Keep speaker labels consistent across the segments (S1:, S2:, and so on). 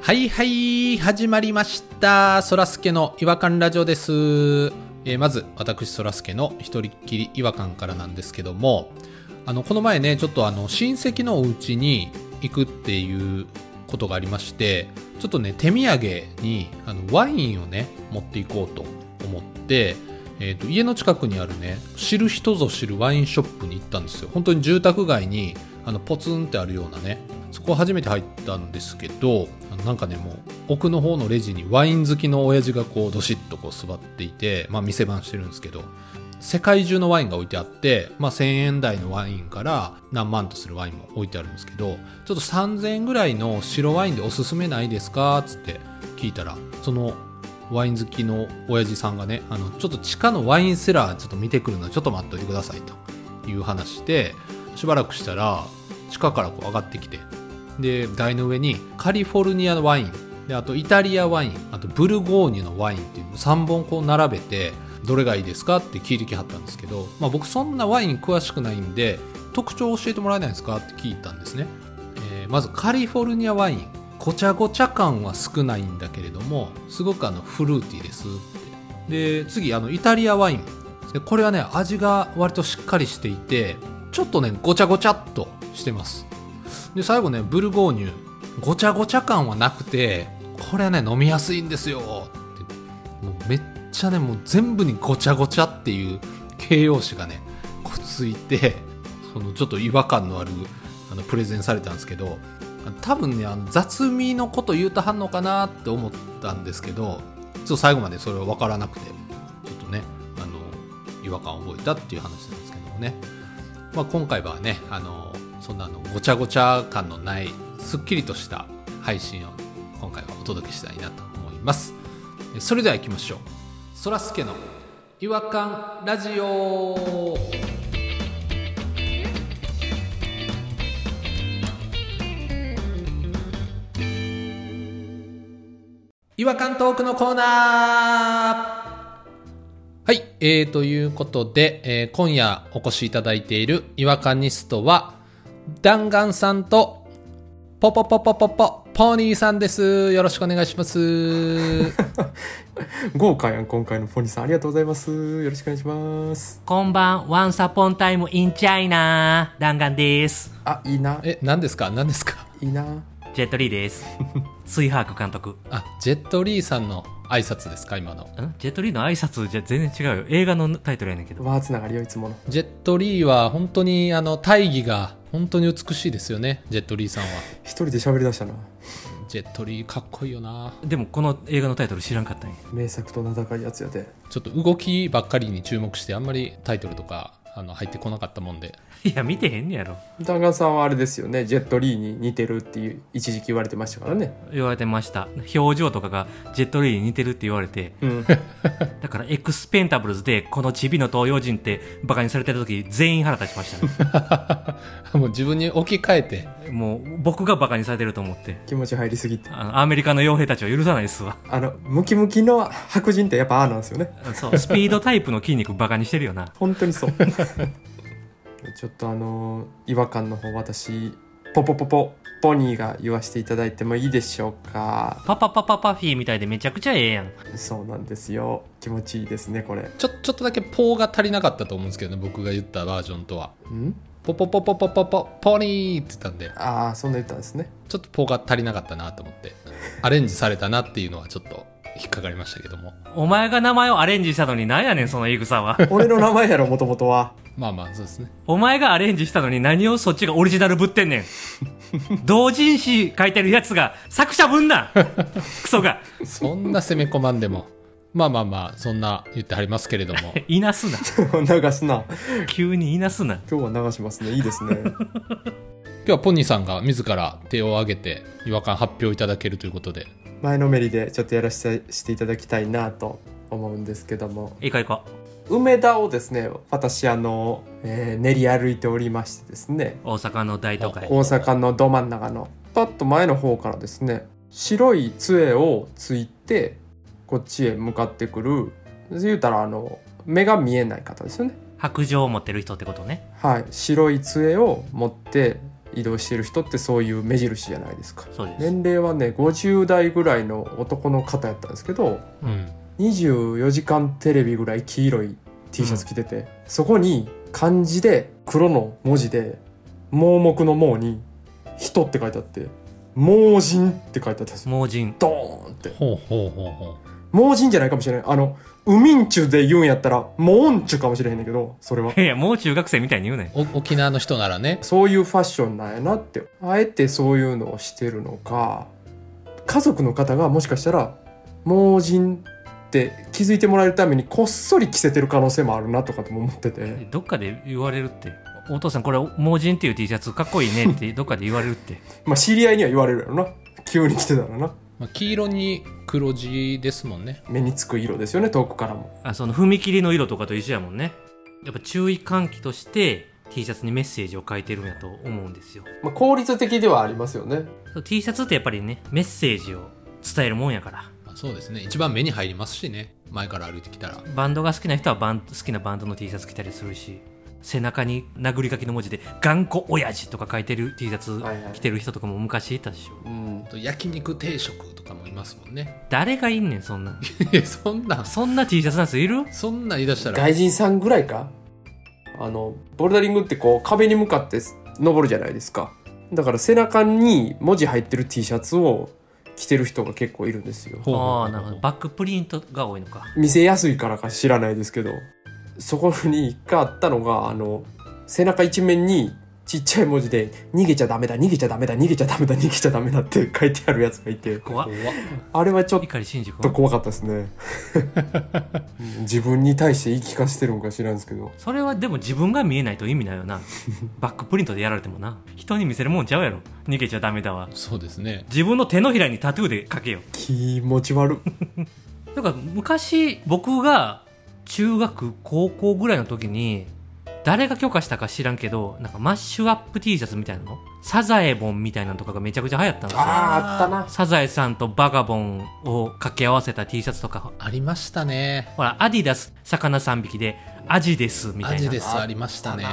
S1: はいはい、始まりました。そらすけの違和感ラジオです。えーまず、私、そらすけの一人っきり違和感からなんですけども、あの、この前ね、ちょっとあの、親戚のお家に行くっていうことがありまして、ちょっとね、手土産にあのワインをね、持っていこうと思って、えー、と家の近くにあるね知る人ぞ知るワインショップに行ったんですよ本当に住宅街にあのポツンってあるようなねそこ初めて入ったんですけどあのなんかねもう奥の方のレジにワイン好きの親父がこうどしっとこう座っていて、まあ、店番してるんですけど世界中のワインが置いてあって、まあ、1000円台のワインから何万とするワインも置いてあるんですけどちょっと3000円ぐらいの白ワインでおすすめないですかつって聞いたらそのワイン好きの親父さんがねあのちょっと地下のワインセラーちょっと見てくるのでちょっと待っといてくださいという話でしばらくしたら地下からこう上がってきてで台の上にカリフォルニアのワインであとイタリアワインあとブルゴーニュのワインっていう3本こう並べてどれがいいですかって聞いてきはったんですけど、まあ、僕そんなワイン詳しくないんで特徴を教えてもらえないですかって聞いたんですねえーまずカリフォルニアワインごちゃごちゃ感は少ないんだけれどもすごくあのフルーティーですってで次あのイタリアワインでこれはね味が割としっかりしていてちょっとねごちゃごちゃっとしてますで最後ねブルゴーニュごちゃごちゃ感はなくてこれはね飲みやすいんですよってもうめっちゃねもう全部にごちゃごちゃっていう形容詞がねこうついてそのちょっと違和感のあるあのプレゼンされたんですけど多分ねあの雑味のこと言うたはんのかなって思ったんですけどちょっと最後までそれは分からなくてちょっとねあの違和感を覚えたっていう話なんですけどもね、まあ、今回はねあのそんなあのごちゃごちゃ感のないすっきりとした配信を今回はお届けしたいなと思いますえそれでは行きましょうそらすけの違和感ラジオ違和感トークのコーナーはい、えー、ということで、えー今夜お越しいただいている違和感ニストは弾丸さんとポポポポポポポニーさんですよろしくお願いします
S2: 豪華やん今回のポニーさんありがとうございますよろしくお願いします
S3: こんばん、ワンサポンタイムインチャイナー弾丸です。
S2: あいいな
S1: え何ですか何ですか
S2: いいな
S3: ジェットリー です。水ハーク監督。ん
S1: あジェットリーさんの挨拶ですか今の
S3: ジェットリーの挨拶じゃ全然違うよ。映画のタイトルやねんけど。
S2: わーつながりよいつもの
S1: ジェットリーは本当にあの大義が本当に美しいですよねジェットリーさんは
S2: 一人で喋りだしたな
S1: ジェットリーかっこいいよな
S3: でもこの映画のタイトル知らんかったんや。
S2: 名作と名高いやつやで
S1: ちょっと動きばっかりに注目してあんまりタイトルとかあの入ってこなかったもんで
S3: いや、見てへんねやろ。
S2: 弾丸さんはあれですよねジェットリーに似てるっていう一時期言われてましたからね
S3: 言われてました。表情とかがジェットリーに似てるって言われて。
S2: うん
S3: だからエクスペンタブルズでこのチビの東洋人ってバカにされてる時全員腹立ちました ね。
S1: もう自分に置き換えて
S3: もう僕がバカにされてると思って。
S2: 気持ち入りすぎて
S3: あの、アメリカの傭兵たちは許さないですわ。
S2: あのムキムキの白人ってやっぱああなんですよね
S3: そう、スピードタイプの筋肉バカにしてるよな。
S2: 本当にそう ちょっとあの違和感の方私ポポポポポニーが言わせていただいてもいいでしょうか
S3: パパパパパフィーみたいでめちゃくちゃええやん。
S2: そうなんですよ気持ちいいですねこれ
S1: ちょちょっとだけ「ポー」が足りなかったと思うんですけどね僕が言ったバージョンとは
S2: ん
S1: 「ポポポポポポポポニー」って言ったんで
S2: ああそんな言ったんですね
S1: ちょっと「ポー」が足りなかったなと思ってアレンジされたなっていうのはちょっと引っかかりましたけども
S3: お前が名前をアレンジしたのになんやねん、その言い草は。
S2: 俺の名前やろもともとは
S1: まあまあそうですね
S3: お前がアレンジしたのに何をそっちがオリジナルぶってんねん。同人誌書いてるやつが作者ぶんなクソが。
S1: そんな攻め込まんでもまあまあまあそんな言ってはりますけれども
S3: いなすな。
S2: 流すな
S3: 急にいなすな。
S2: 今日は流しますねいいですね
S1: 今日はポニーさんが自ら手を挙げて違和感発表いただけるということで
S2: 前のめりでちょっとやらせてしていただきたいなと思うんですけども
S3: いいかいか。
S2: 梅田をですね私あの、えー練り歩いておりましてですね
S3: 大阪の大都会。
S2: 大阪のど真ん中のパッと前の方からですね白い杖をついてこっちへ向かってくる言うたらあの目が見えない方ですよね
S3: 白状を持ってる人ってことね。
S2: はい、白い杖を持って移動してる人ってそういう目印じゃないですか
S3: そうです。
S2: 年齢はね50代ぐらいの男の方やったんですけど
S1: うん。
S2: 24時間テレビぐらい黄色い T シャツ着てて、そこに漢字で黒の文字で盲目の盲に「人」って書いてあって「盲人」って書いてあったんですよ
S3: 盲人。
S2: ドーンって
S1: ほうほうほうほ
S2: 盲人じゃないかもしれないあの「ウミンチュ」で言うんやったら「盲音チュ」かもしれへんねんけどそれはい
S3: やいや、もう中学生みたいに言うなよ。
S1: う。お沖縄の人ならね。
S2: そういうファッションなんやなってあえてそういうのをしてるのか家族の方がもしかしたら盲人って気づいてもらえるためにこっそり着せてる可能性もあるなとかとも思ってて
S3: どっかで言われるって。お父さん、これ、盲人っていう T シャツかっこいいねって、どっかで言われるって。
S2: まあ知り合いには言われるやろな急に着てたらな
S1: まあ、黄色に黒地ですもんね。
S2: 目につく色ですよね遠くからも
S3: あその踏切の色とかと一緒やもんねやっぱ注意喚起として T シャツにメッセージを書いてるんやと思うんですよ
S2: まあ効率的ではありますよね
S3: そう T シャツってやっぱりねメッセージを伝えるもんやから
S1: まあ、そうですね。一番目に入りますしね。前から歩いてきたら。
S3: バンドが好きな人はバン好きなバンドの T シャツ着たりするし背中に殴り書きの文字で「頑固親父とか書いてる T シャツ
S2: はいはい
S3: 着てる人とかも昔いたでし
S2: う
S3: ょ、
S2: ん
S1: あと焼肉定食とかもいますもんね。
S3: 誰がいんねんそんなん
S1: いやそんな、
S3: そんな T シャツなんすいる
S1: そんな言い出したら。
S2: 外人さんぐらいかあのボルダリングってこう壁に向かって登るじゃないですかだから背中に文字入ってる T シャツを着てる人が結構いるんですよ
S1: ほうほうほう
S3: ああなるほどバックプリントが多いのか
S2: 見せやすいからか知らないですけどそこに一回あったのがあの背中一面にちっちゃい文字で「逃げちゃダメだ逃げちゃダメだ逃げちゃダメだ逃げちゃダメだ」って書いてあるやつがいて
S3: 怖っ
S1: 怖っ
S2: あれはちょっ
S3: 碇シンジ君
S2: と怖かったですねうん自分に対して言い聞かせてるのか知らんですけど
S3: それはでも自分が見えないと意味ない よなバックプリントでやられてもな人に見せるもんちゃうやろ逃げちゃダメだわ
S1: そうですね。
S3: 自分の手のひらにタトゥーで描けよ
S2: 気持ち悪
S3: だから昔僕が中学高校ぐらいの時に誰が許可したか知らんけどなんかマッシュアップ T シャツみたいなのサザエボンみたいなのとかがめちゃくちゃ流行ったんですよ
S2: あーあったな
S3: サザエさんとバガボンを掛け合わせた T シャツとか
S1: ありましたね。
S3: ほらアディダス魚3匹でアジですみた
S1: ア
S3: い
S1: ジ
S3: な
S1: ですありましたね。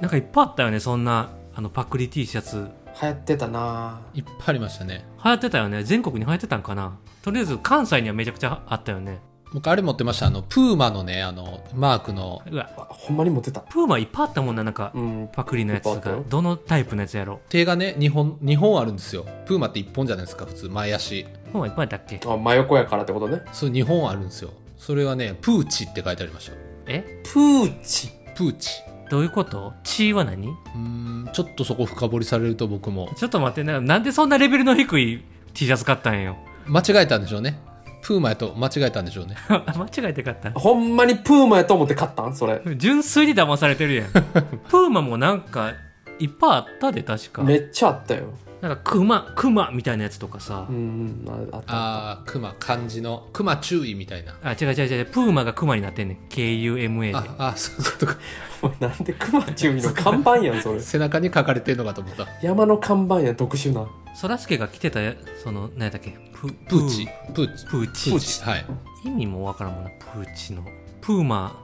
S3: なんかいっぱいあったよねそんなあのパクリ T シャツ
S2: 流行ってたない
S1: っぱいありましたね。
S3: 流行ってたよね全国に流行ってたんかなとりあえず関西にはめちゃくちゃあったよね
S1: 僕あれ持ってました。あの、プーマのね、あの、マークの。
S3: うわ
S2: あほんまにモテた
S3: プーマいっぱいあったもんななんか、
S2: うん
S3: パクリのやつ
S2: い
S3: と
S2: っぱいあ
S3: か
S2: ったよ
S3: どのタイプのやつやろ
S1: 手がね、2本、二本あるんですよ。プーマって1本じゃないですか、普通。前足。
S3: プーマいっぱいあったっけ
S2: あ真横やからってことね
S1: そう、2本あるんですよ。それはね、プーチって書いてありまし
S3: え
S2: プーチ
S1: た。プーチ。
S3: どういうこと血は何
S1: うーん、ちょっとそこ深掘りされると僕も。
S3: ちょっと待ってななんでそんなレベルの低い T シャツ買ったんよ
S1: 間違えたんでしょうね。プーマやと間違えたんでしょうね。
S3: 間違えて買った
S2: ほんまにプーマやと思って買ったんそれ
S3: 純粋に騙されてるや んプーマもなんかいっぱいあったで確か
S2: めっちゃあったよ
S3: なんかクマクマみたいなやつとかさ、
S2: うんうんああった
S1: あー、クマ、漢字の、クマ注意みたいな。
S3: あ違う違う違うプーマがクマになってんねん KUMA で
S1: あ、あ、そういうことか。
S2: お前なんで熊注意の看板やんそれ
S1: 背中に書かれてるのかと思った。
S2: 山の看板やん特殊な
S3: そらすけが着てたやその何やったっけプ
S1: プーチ。プーチ。
S3: プーチ
S2: プーチ
S1: はい。
S3: 意味もわからんもんなプーチのプーマ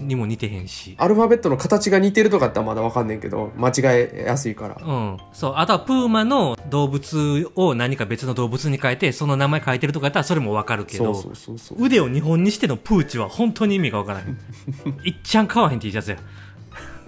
S3: にも似てへんし
S2: アルファベットの形が似てるとかやったらまだわかんねんけど間違えやすいから
S3: うんそうあとはプーマの動物を何か別の動物に変えてその名前変えてるとかやったらそれもわかるけ
S2: そ
S3: ど
S2: うそうそうそう
S3: 腕を2本にしてのプーチは本当に意味がわからへんいっちゃん買わへん T シャツや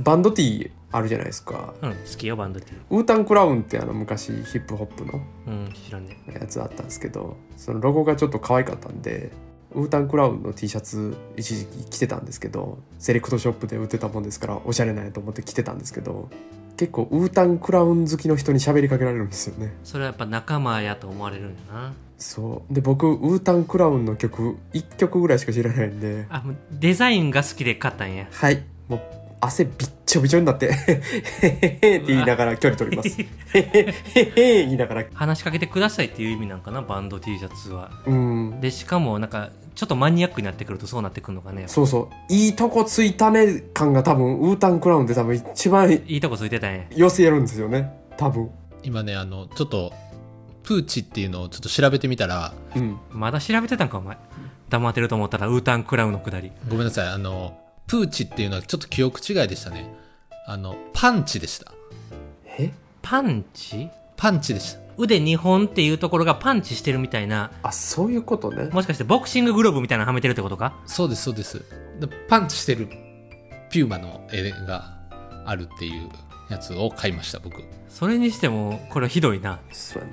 S2: バンドティーあるじゃないですか
S3: うん好きよバンド T
S2: ウータンクラウンってあの昔ヒップホップの
S3: うん知らんね
S2: やつあったんですけどそのロゴがちょっと可愛かったんでウータンクラウンの T シャツ一時期着てたんですけどセレクトショップで売ってたもんですからおしゃれなんやと思って着てたんですけど結構ウータンクラウン好きの人に喋りかけられるんですよね
S3: それはやっぱ仲間やと思われるんやな
S2: そうで僕ウータンクラウンの曲1曲ぐらいしか知らないんで
S3: あもうデザインが好きで買ったんや
S2: はいもう汗びっちょびちょになって「へへへへ」って言いながら距離取ります「へへへへ」言いながら
S3: 話しかけてくださいっていう意味なんかなバンド T シャツは
S2: うん
S3: でしかもなんかちょっとマニアックになってくるとそうなってくるのかね
S2: そうそういいとこついたね感が多分ウータンクラウンで多分一番
S3: いいとこついてたんや
S2: 寄せるんですよね多分
S1: 今ね、あの、ちょっと、プーチっていうのをちょっと調べてみたら、
S2: うん
S3: まだ調べてたんかお前黙ってると思ったらウータンクラウンのくだり
S1: ごめんなさい、あの、プーチっていうのはちょっと記憶違いでしたね。あの、パンチでした。
S2: え
S3: パンチ
S1: パンチでした
S3: 腕2本っていうところがパンチしてるみたいな、
S2: あそういうことね
S3: もしかしてボクシンググローブみたいなのはめてるってことか
S1: そうですそうですでパンチしてるピューマの絵があるっていうやつを買いました僕
S3: それにしても、これはひどいな。
S2: そうやな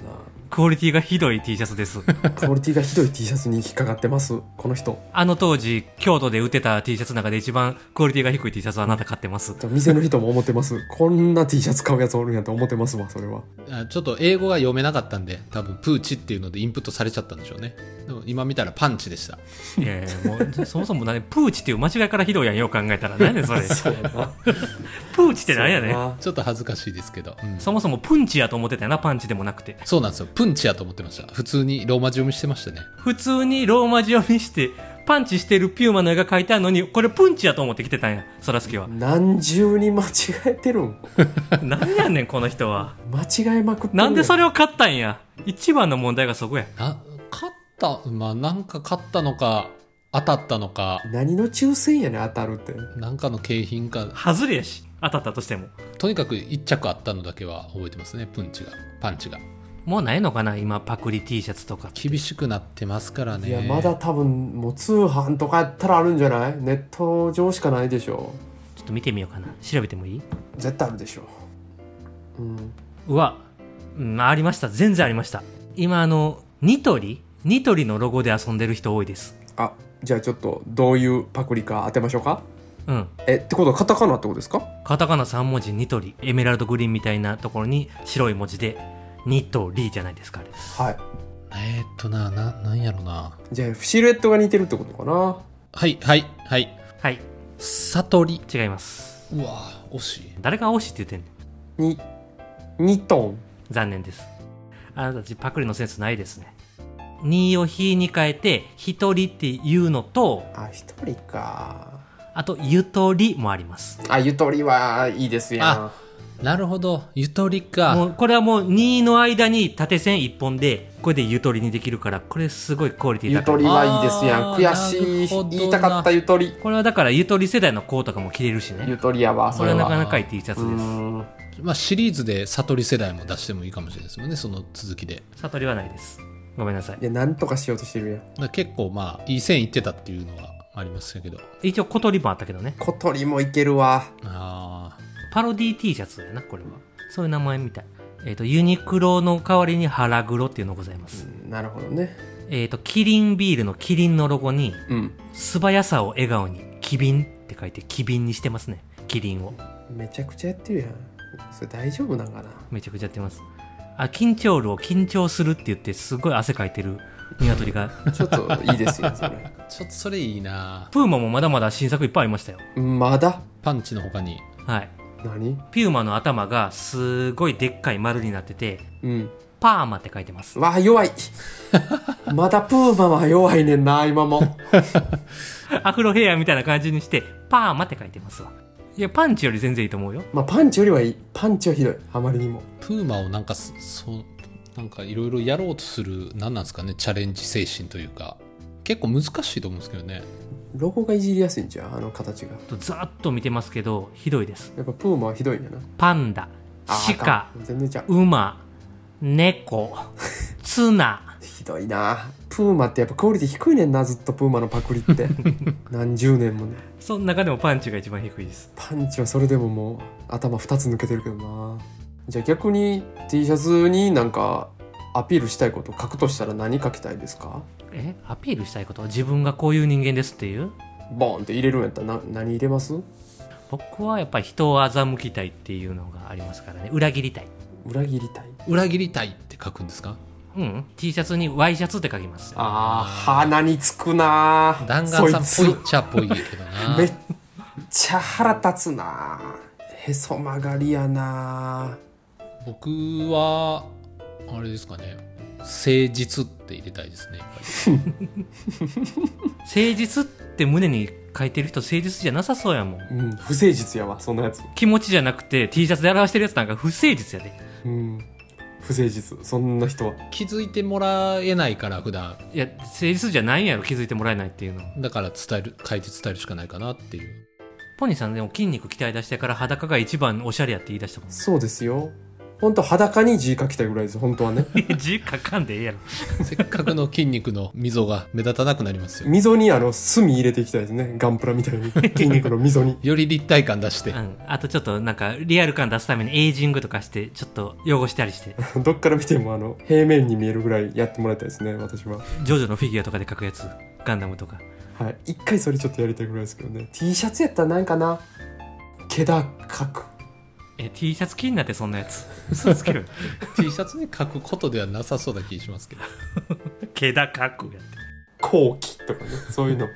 S3: クオリティがひどい T シャツです。
S2: クオリティがひどい T シャツに引っかかってますこの人
S3: あの当時、京都で売ってた T シャツの中で一番クオリティが低い T シャツはあなた買ってます。
S2: 店の人も思って ますこんな T シャツ買うやつおるんやと思ってますわそれ は。
S1: あちょっと英語が読めなかったんで多分プーチっていうのでインプットされちゃったんでしょうねでも今見たらパンチでした
S3: いやいや、もう、そもそも何、プーチっていう間違いからひどいやん、よう考えたら。何やねん、それ。プーチって何やねん。
S1: ちょっと恥ずかしいですけど、うん
S3: そもそもプンチやと思ってたよな、パンチでもなくて。
S1: そうなんですよプンチやと思ってました普通にローマ字読みしてましたね
S3: 普通にローマ字読みして、パンチしてるピューマの絵が描いてあるのに、これプンチやと思って来てたんや、そらすけは
S2: 何重に間違えてるん
S3: 何やねん、この人は。
S2: 間違えまくってる
S3: なんでそ
S2: れ
S3: れを買ったんや。一番の問題がそこや。
S1: な勝ったまあなんか勝ったのか当たったのか
S2: 何の抽選やねん当たるって
S1: なんかの景品か
S3: 外れやし、当たったとしても。
S1: とにかく1着あったのだけは覚えてますねプンチがパンチが
S3: もうないのかな今パクリ T シャツとか
S1: 厳しくなってますからね
S2: いやまだ多分もう通販とかやったらあるんじゃないネット上しかないでしょ
S3: ちょっと見てみようかな調べてもいい
S2: 絶対あるでしょうん
S3: うわ、うん、ありました全然ありました今あのニトリニトリのロゴで遊んでる人多いです
S2: あじゃあちょっとどういうパクリか当てましょうか
S3: うん
S2: えってことはカタカナってことですか
S3: カタカナ3文字ニトリエメラルドグリーンみたいなところに白い文字でニトリじゃないですかあれ
S2: はい
S1: えー、っとなななんやろな
S2: じゃあシルエットが似てるってことかな
S1: はいはいはい
S3: はい
S1: 悟り
S3: 違います
S1: うわ惜しい
S3: 誰が惜しいって言ってんの
S2: にニトン
S3: 残念ですあなたたちパクリのセンスないですね2を「ひ」に変えて「ひとり」っていうのと
S2: あ一人か
S3: あと「ゆとり」もあります
S2: あゆとりはいいですやん
S1: あなるほどゆとりか
S3: もうこれはもう2の間に縦線1本でこれでゆとりにできるからこれすごいクオリティ
S2: ゆ
S3: 高
S2: とり
S3: い
S2: はいいですやん
S1: あー
S2: 悔し
S1: なるほどない
S2: 言いたかったゆとり
S3: これはだからゆとり世代の子とかも着れるし
S2: ゆ
S3: ね
S2: とりやわ
S3: こ
S2: それ
S3: れはな
S2: は
S3: かなかいい T シャ
S2: う
S3: ツで
S2: ーん
S1: まあ、シリーズで悟り世代も出してもいいかもしれないですもんねその続きでだか
S3: す悟りはないですごめんなさい
S2: いやなんとかしようとしてるやん
S1: ら結構まあいい線いってたっていうのはありましたけど
S3: 一応小鳥もあったけどね
S2: 小鳥もいけるわ
S1: あ
S3: パロディ T シャツやなこれはそういう名前みたいえっ、とユニクロの代わりに腹黒っていうのございます、
S2: うんなるほどね
S3: えっ、とキリンビールのキリンのロゴに
S2: うん
S3: 素早さを笑顔に機敏って書いて機敏にしてますねキリンを
S2: めちゃくちゃやってるやんそれ大丈夫なんかな
S3: めちゃくちゃやってますあ緊張るを緊張するって言ってすごい汗かいてる 鶏が
S2: ちょっといいですよそれ
S1: あちょっとそれいいな
S3: プーマもまだまだ新作いっぱいありましたよ
S2: まだ
S1: パンチの他に
S3: はい
S2: 何
S3: ピューマの頭がすごいでっかい丸になってて
S2: うん
S3: パーマって書いてます
S2: わあ弱い まだプーマは弱いねんな今も
S3: アフロヘアみたいな感じにしてパーマって書いてますわいやパンチより全然いいと思うよ
S2: まあパンチよりはいいパンチはひどいあまりにも
S1: プーマをなんかそそうなんかいろいろやろうとする何なんですかねチャレンジ精神というか結構難しいと思うんですけどね
S2: ロゴがいじりやすいんじゃんあの形が
S3: とざーっと見てますけどひどいです
S2: やっぱプーマはひどいんやな
S3: パンダ
S2: あー
S3: 鹿
S2: あかん全然ちゃう
S3: 馬猫ツナ
S2: ひどいなプーマってやっぱクオリティ低いねんなずっとプーマのパクリって何十年もね
S3: その中でもパンチが一番低いです
S2: パンチはそれでももう頭2つ抜けてるけどなじゃあ逆に T シャツになんかアピールしたいこと書くとしたら何書きたいですか
S3: えアピールしたいこと自分がこういう人間ですっていう
S2: ボーンって入れるんやったらな何入れます
S3: 僕はやっぱり人を欺きたいっていうのがありますからね裏切りたい
S2: 裏切りたい
S1: 裏切りたいって書くんですか
S3: うん T シャツにワイシャツって書きます
S2: あー鼻につくなー
S1: 弾丸さ
S2: そ
S1: んっ
S2: いつ
S1: ぽいっちゃっぽいけどな
S2: めっちゃ腹立つなへそ曲がりやな
S1: 僕はあれですかね誠実って入れたいですねやっぱり
S3: 誠実って胸に書いてる人誠実じゃなさそうやもん
S2: うん不誠実やわそんなやつ
S3: 気持ちじゃなくて T シャツで表してるやつなんか不誠実やで
S2: うん不誠実そんな人は
S1: 気づいてもらえないから普段
S3: いや誠実じゃないんやろ気づいてもらえないっていうの
S1: だから伝える書いて伝えるしかないかなって いう
S3: ポニーさんでも筋肉鍛え出してから裸が一番おしゃれやって言い出したもん
S2: そうですよ本当裸に字書きたいぐらいです本当 はね
S3: 字書かんでええやろ。
S1: せっかくの筋肉の溝が目立たなくなりますよ。
S2: 溝にあの墨入れていきたいですねガンプラみたいに筋肉の溝 に
S1: より立体感出して
S3: う。ん。あとちょっとなんか、リアル感出すためにエイジングとかして、ちょっと汚したり して、
S2: どっから見てもあの平面に見えるぐらいやってもらいたいですね私は
S3: ジョジョのフィギュアとかで描くやつ、ガンダムとか。
S2: はい一回それちょっとやりたいぐらいですけどね T シャツやったらなんかな気高く
S3: え、T シャツ気になってそんなやつ。嘘つける。
S1: T シャツに書くことではなさそうな気がしますけど。
S3: 気高くやって。
S2: 後期とかねそういう の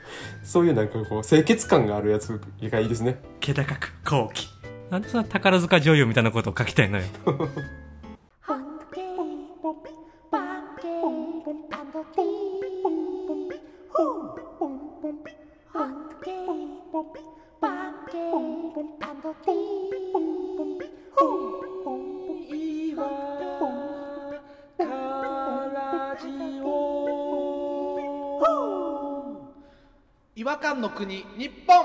S2: そういうなんかこう清潔感があるやつがいいですね
S3: 気高く、後期。なんでそんな宝塚女優みたいなことを書きたいの よ。
S4: Hungry.
S1: 違和感の国、日本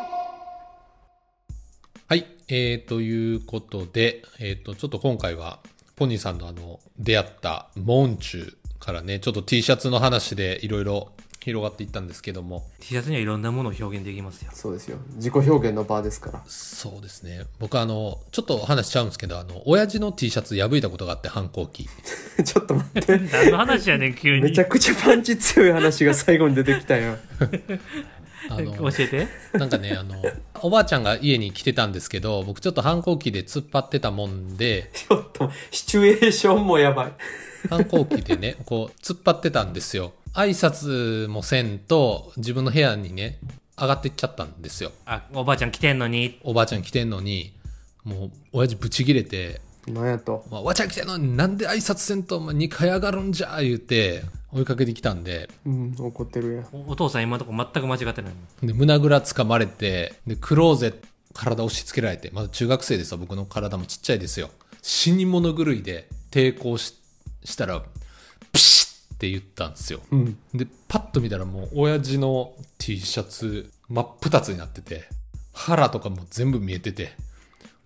S1: はい、えー、ということで、えー、と、ちょっと今回は、ポニーさんのあの、出会った、モンチューからね、ちょっと T シャツの話でいろいろ広がっていったんですけども、
S3: T シャツにはいろんなものを表現できますよ。
S2: そうですよ自己表現の場ですから
S1: そうですね。僕あの、ちょっと話しちゃうんですけど、あの、親父の T シャツ破いたことがあって、反抗期。
S2: ちょっと待って。
S3: 何の話やねん、急 に。
S2: めちゃくちゃパンチ強い話が最後に出てきたよ。
S1: あ の、
S3: 教えて。
S1: なんかね、あの、おばあちゃんが家に来てたんですけど、僕ちょっと反抗期で突っ張ってたもんで、
S2: ちょっと、シチュエーションもやばい。
S1: 反抗期でね、 こう、突っ張ってたんですよ。挨拶もせんと、自分の部屋にね、上がってっちゃったんですよ。
S3: あ、おばあちゃん来てんのに。
S1: おばあちゃん来てんのに、もう、親父ブチ切れて、
S2: なんやと。
S1: まあ、おばあちゃん来てんのになんで挨拶せんと、まあ、2階上がるんじゃ、言うて、追いかけてきたんで、
S2: うん、怒ってるやん。
S3: おお父さん今のとこ全く間違ってないの。
S1: で、胸ぐらつかまれて、で、クローゼット、体押し付けられて、まだ中学生ですよ、僕の体もちっちゃいですよ。死に物狂いで抵抗ししたら、ピシッって言ったんですよ。
S2: うん。
S1: で、パッと見たらもう、親父の T シャツ、真っ二つになってて、腹とかも全部見えてて、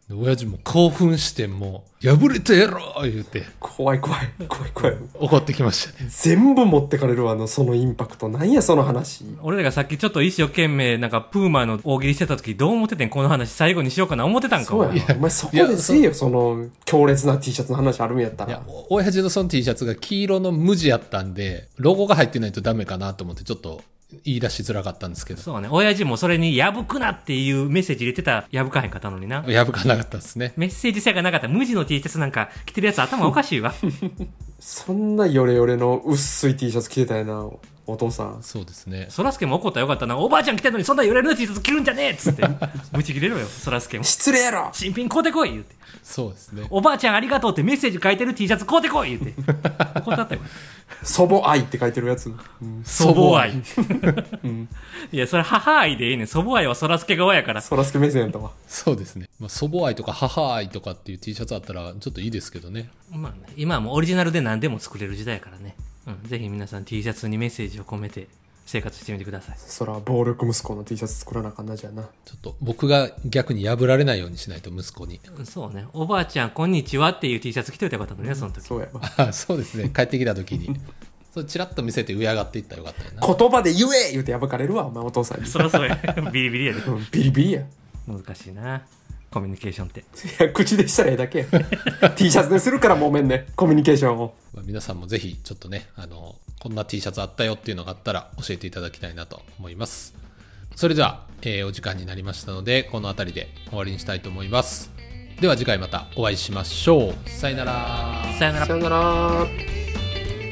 S1: で、親父も興奮して、もう、破れてやろう言うて、
S2: 怖い怖い。怖い怖い。
S1: 怒ってきましたね。
S2: 全部持ってかれるわ、あの、そのインパクト。なんや、その話。
S3: 俺らがさっきちょっと一生懸命なんかプーマの大喜利してた時どう思っててんこの話最後にしようかな思ってたんか
S2: そうや
S3: お
S2: な。お前そこでせえよ、その、強烈な T シャツの話あるんやった
S1: いや
S2: ら。、
S1: お親父のその T シャツが黄色の無地やったんで、ロゴが入ってないとダメかなと思って、ちょっと言い出しづらかったんですけど、
S3: そうね親父もそれにやぶくなっていうメッセージ入れてたやぶかへんかったのにな
S1: 破かなかったですね。
S3: メッセージ性がなかった無地の T シャツなんか着てるやつ頭おかしい わ
S2: そんなヨレヨレの薄い T シャツ着てたやな、お父さん。
S1: そうですね。
S3: そらすけも怒ったらよかったなおばあちゃん着てんのにそんな揺れる T シャツ着るんじゃねえっつって無チ切れろよそらすけも
S2: 失礼やろ
S3: 新品買うてこい言うて
S1: そうですね。
S3: おばあちゃんありがとうってメッセージ書いてる T シャツ買うてこい 言うて怒ったったよ
S2: 祖母愛って書いてるやつ。うん。
S3: 祖母愛。
S2: うん。
S3: いやそれ母愛でいいねん祖母愛はそらすけ側やから
S2: そらすけ目線やったわ。
S1: そうですね。まあ、祖母愛とか母愛とかっていう T シャツあったら、ちょっといいですけどね。
S3: まあね、今はもうオリジナルで何でも作れる時代やからね、うん、ぜひ皆さん T シャツにメッセージを込めて生活してみてください
S2: そら、暴力息子の T シャツ作らなあかんなじゃあな。
S1: ちょっと僕が逆に破られないようにしないと息子に。
S3: うんそうねおばあちゃんこんにちはっていう T シャツ着といたらよかったのねその時
S2: そうやわ。
S1: あ そうですね。帰ってきた時に。そう、チラッと見せて上上がっていったらよかったよな。
S2: 言葉で言え言うてやばかれるわ、お前お父さんに。
S3: そらそうや ビリビリやで
S2: うんビリビリや。い
S3: 難しいなコミュニケーションって
S2: や、口でしたらええだけや。T シャツでするから揉めんね。コミュニケーションを。
S1: まあ、皆さんもぜひ、ちょっとね、あの、こんな T シャツあったよっていうのがあったら教えていただきたいなと思います。それでは、えーお時間になりましたので、この辺りで終わりにしたいと思います。では次回またお会いしましょう。さよなら。
S3: さよなら
S2: さよなら。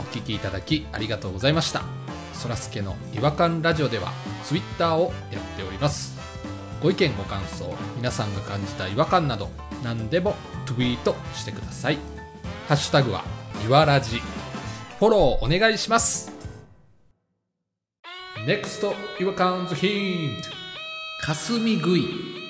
S1: お聞きいただきありがとうございましたそらすけの違和感ラジオではツイッターをやっておりますご意見ご感想皆さんが感じた違和感など何でもツイートしてくださいハッシュタグはいわらじフォローお願いします NEXT 違和感ズヒントかすみ食い